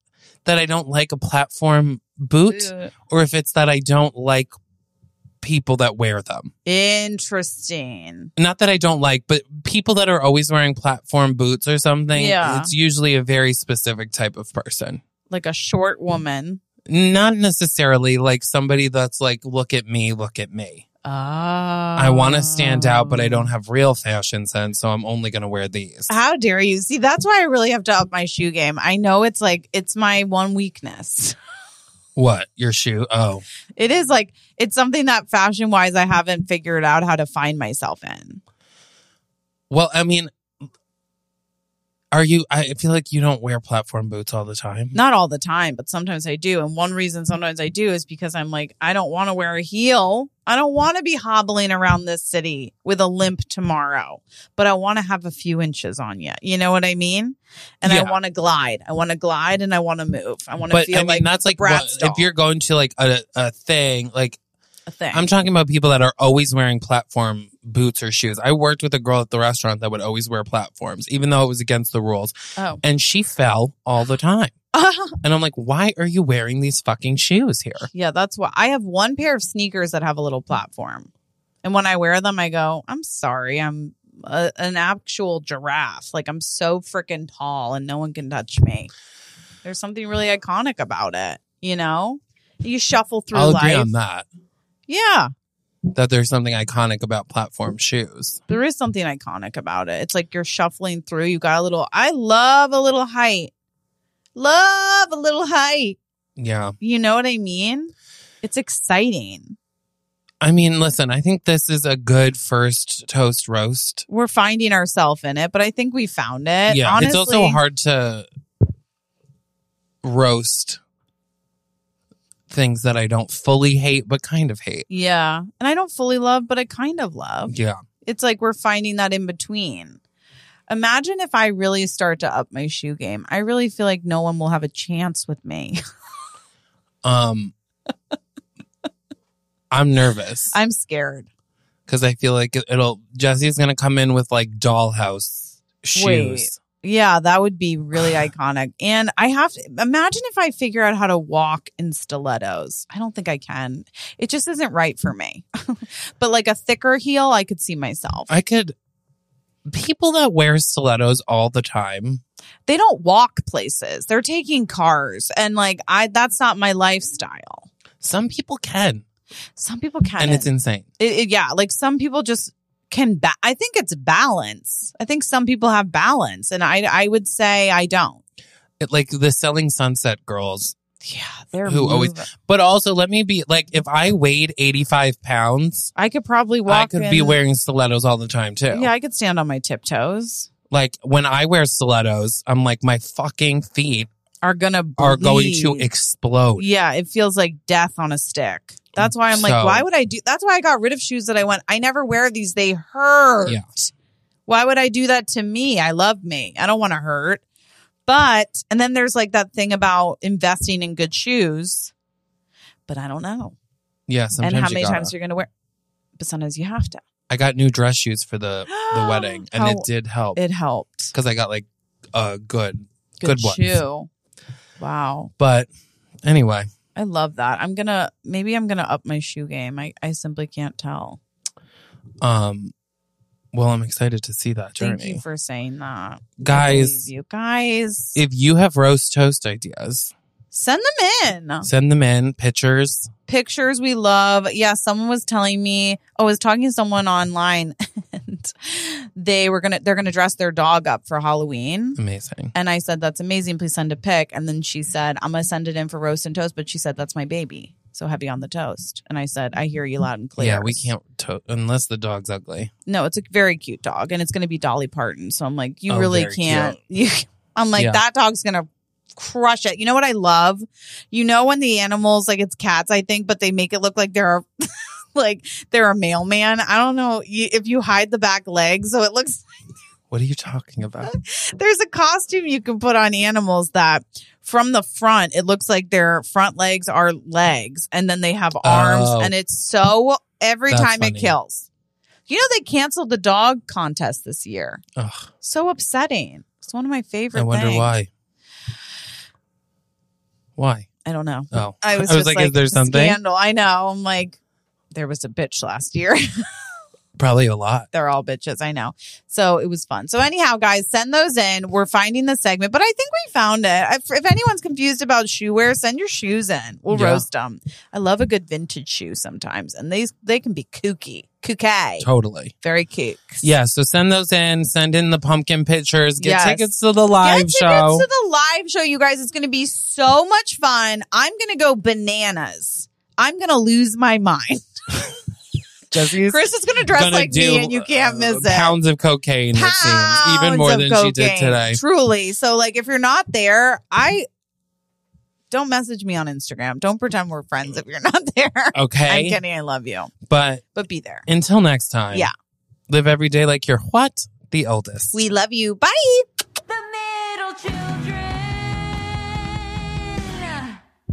that I don't like a platform boot or if it's that I don't like people that wear them. Interesting. not that I don't like, but people that are always wearing platform boots or something, Yeah. it's usually a very specific type of person. Like a short woman. Not necessarily like somebody that's like, look at me, look at me. Oh. I I want to stand out, Ah. but I Um. don't have real fashion sense, so I'm only going to wear these. How dare you? See, that's why I really have to up my shoe game. I know it's like, it's my one weakness. What? Your shoe? Oh. It is like, it's something that fashion wise, I haven't figured out how to find myself in. Well, I mean, are you? I feel like you don't wear platform boots all the time. Not all the time, but sometimes I do. And one reason sometimes I do is because I'm like, I don't want to wear a heel. I don't want to be hobbling around this city with a limp tomorrow, but I want to have a few inches on you. You know what I mean? And Yeah. I want to glide. I want to glide and I want to move. I want to But feel I mean, like that's a like brat what- doll, if you're going to like a, a thing, like a thing. I'm talking about people that are always wearing platform boots or shoes. I worked with a girl at the restaurant that would always wear platforms, even though it was against the rules. Oh. And she fell all the time. And I'm like, why are you wearing these fucking shoes here? Yeah, that's why I have one pair of sneakers that have a little platform. And when I wear them, I go, I'm sorry, I'm a, an actual giraffe. Like I'm so freaking tall and no one can touch me. There's something really iconic about it, you know? You shuffle through I'll agree life. on that, Yeah, that there's something iconic about platform shoes. there is something iconic about it. It's like you're shuffling through. You got a little, I love a little height. Love a little height. Yeah. You know what I mean? It's exciting. I mean, listen, I think this is a good first toast roast. we're finding ourselves in it, but I think we found it. yeah. Honestly, it's also hard to roast things that I don't fully hate, but kind of hate. Yeah. And I don't fully love, but I kind of love. Yeah. It's like we're finding that in between. Imagine if I really start to up my shoe game. I really feel like no one will have a chance with me. Um, I'm nervous I'm scared. because I feel like it- it'll Jesse's gonna come in with like dollhouse shoes. Wait. Yeah, that would be really iconic. And I have to imagine if I figure out how to walk in stilettos. I don't think I can. It just isn't right for me. but like a thicker heel, I could see myself. I could. People that wear stilettos all the time. they don't walk places. They're taking cars and like I that's not my lifestyle. Some people can, Some people can and it's insane. it, it- yeah, like some people just can ba- I think it's balance. I think some people have balance and I I would say I don't. It, like the selling sunset girls, Yeah, they're Who always- moving. but also let me be like, if I weighed eighty five pounds, I could probably walk I could be in- wearing stilettos all the time too. Yeah, I could stand on my tiptoes. Like when I wear stilettos, I'm like my fucking feet are gonna are going to bleed. explode. Yeah, it feels like death on a stick. That's why I'm like, So- why would I do? That's why I got rid of shoes that I went. I never wear these. They hurt. Yeah. Why would I do that to me? I love me. I don't want to hurt. But and then there's like that thing about investing in good shoes. But I don't know. Yeah, sometimes and how you many gotta. times you're gonna wear? But sometimes you have to. I got new dress shoes for the the wedding, and it How- did help It helped. because I got like uh good. Good, Good ones. shoe. Wow. But anyway, I love that. I'm gonna maybe I'm gonna up my shoe game. I, I simply can't tell. um, well, I'm excited to see that journey, Thank you for saying that. guys. believe you guys If you have roast toast ideas, send them in send them in pictures. pictures we love yeah someone was telling me i was talking to someone online and they were gonna they're gonna dress their dog up for halloween Amazing. and i said that's amazing please send a pic and then she said i'm gonna send it in for roast and toast but she said that's my baby so heavy on the toast and i said i hear you loud and clear Yeah, we can't to- unless the dog's ugly. no it's a very cute dog and it's gonna be dolly parton so i'm like you Oh, really very can't you i'm like Yeah. that dog's gonna crush it you know what i love you know when the animals like it's cats i think but they make it look like they're like they're a mailman i don't know you, if you hide the back legs so it looks What are you talking about? there's a costume you can put on animals that from the front it looks like their front legs are legs and then they have arms Oh. and it's so every That's time funny. it kills you know they canceled the dog contest this year Ugh, so upsetting it's one of my favorite I wonder things. why. Why? i don't know Oh, i was, just like, is there something? scandal i know i'm like there was a bitch last year Probably a lot. they're all bitches i know so it was fun so anyhow guys send those in we're finding the segment but i think we found it if, if anyone's confused about shoe wear send your shoes in we'll Yeah. roast them i love a good vintage shoe sometimes and they they can be kooky kooky Totally. very kooks Yeah, so send those in. Send in the pumpkin pictures. Get Yes. tickets to the Get live tickets show. to the live show, you guys. It's going to be so much fun. I'm going to go bananas. I'm going to lose my mind. Jesse's Chris is going to dress gonna like do, me, and you can't uh, miss it. Pounds of cocaine, it seems. pounds Even more of than she did cocaine, today. Truly. So, like, if you're not there, I don't message me on Instagram. Don't pretend we're friends if you're not there. I'm Okay. kidding. I love you, But but be there. until next time. Yeah. Live every day like you're what? The oldest. We love you. Bye. The middle children.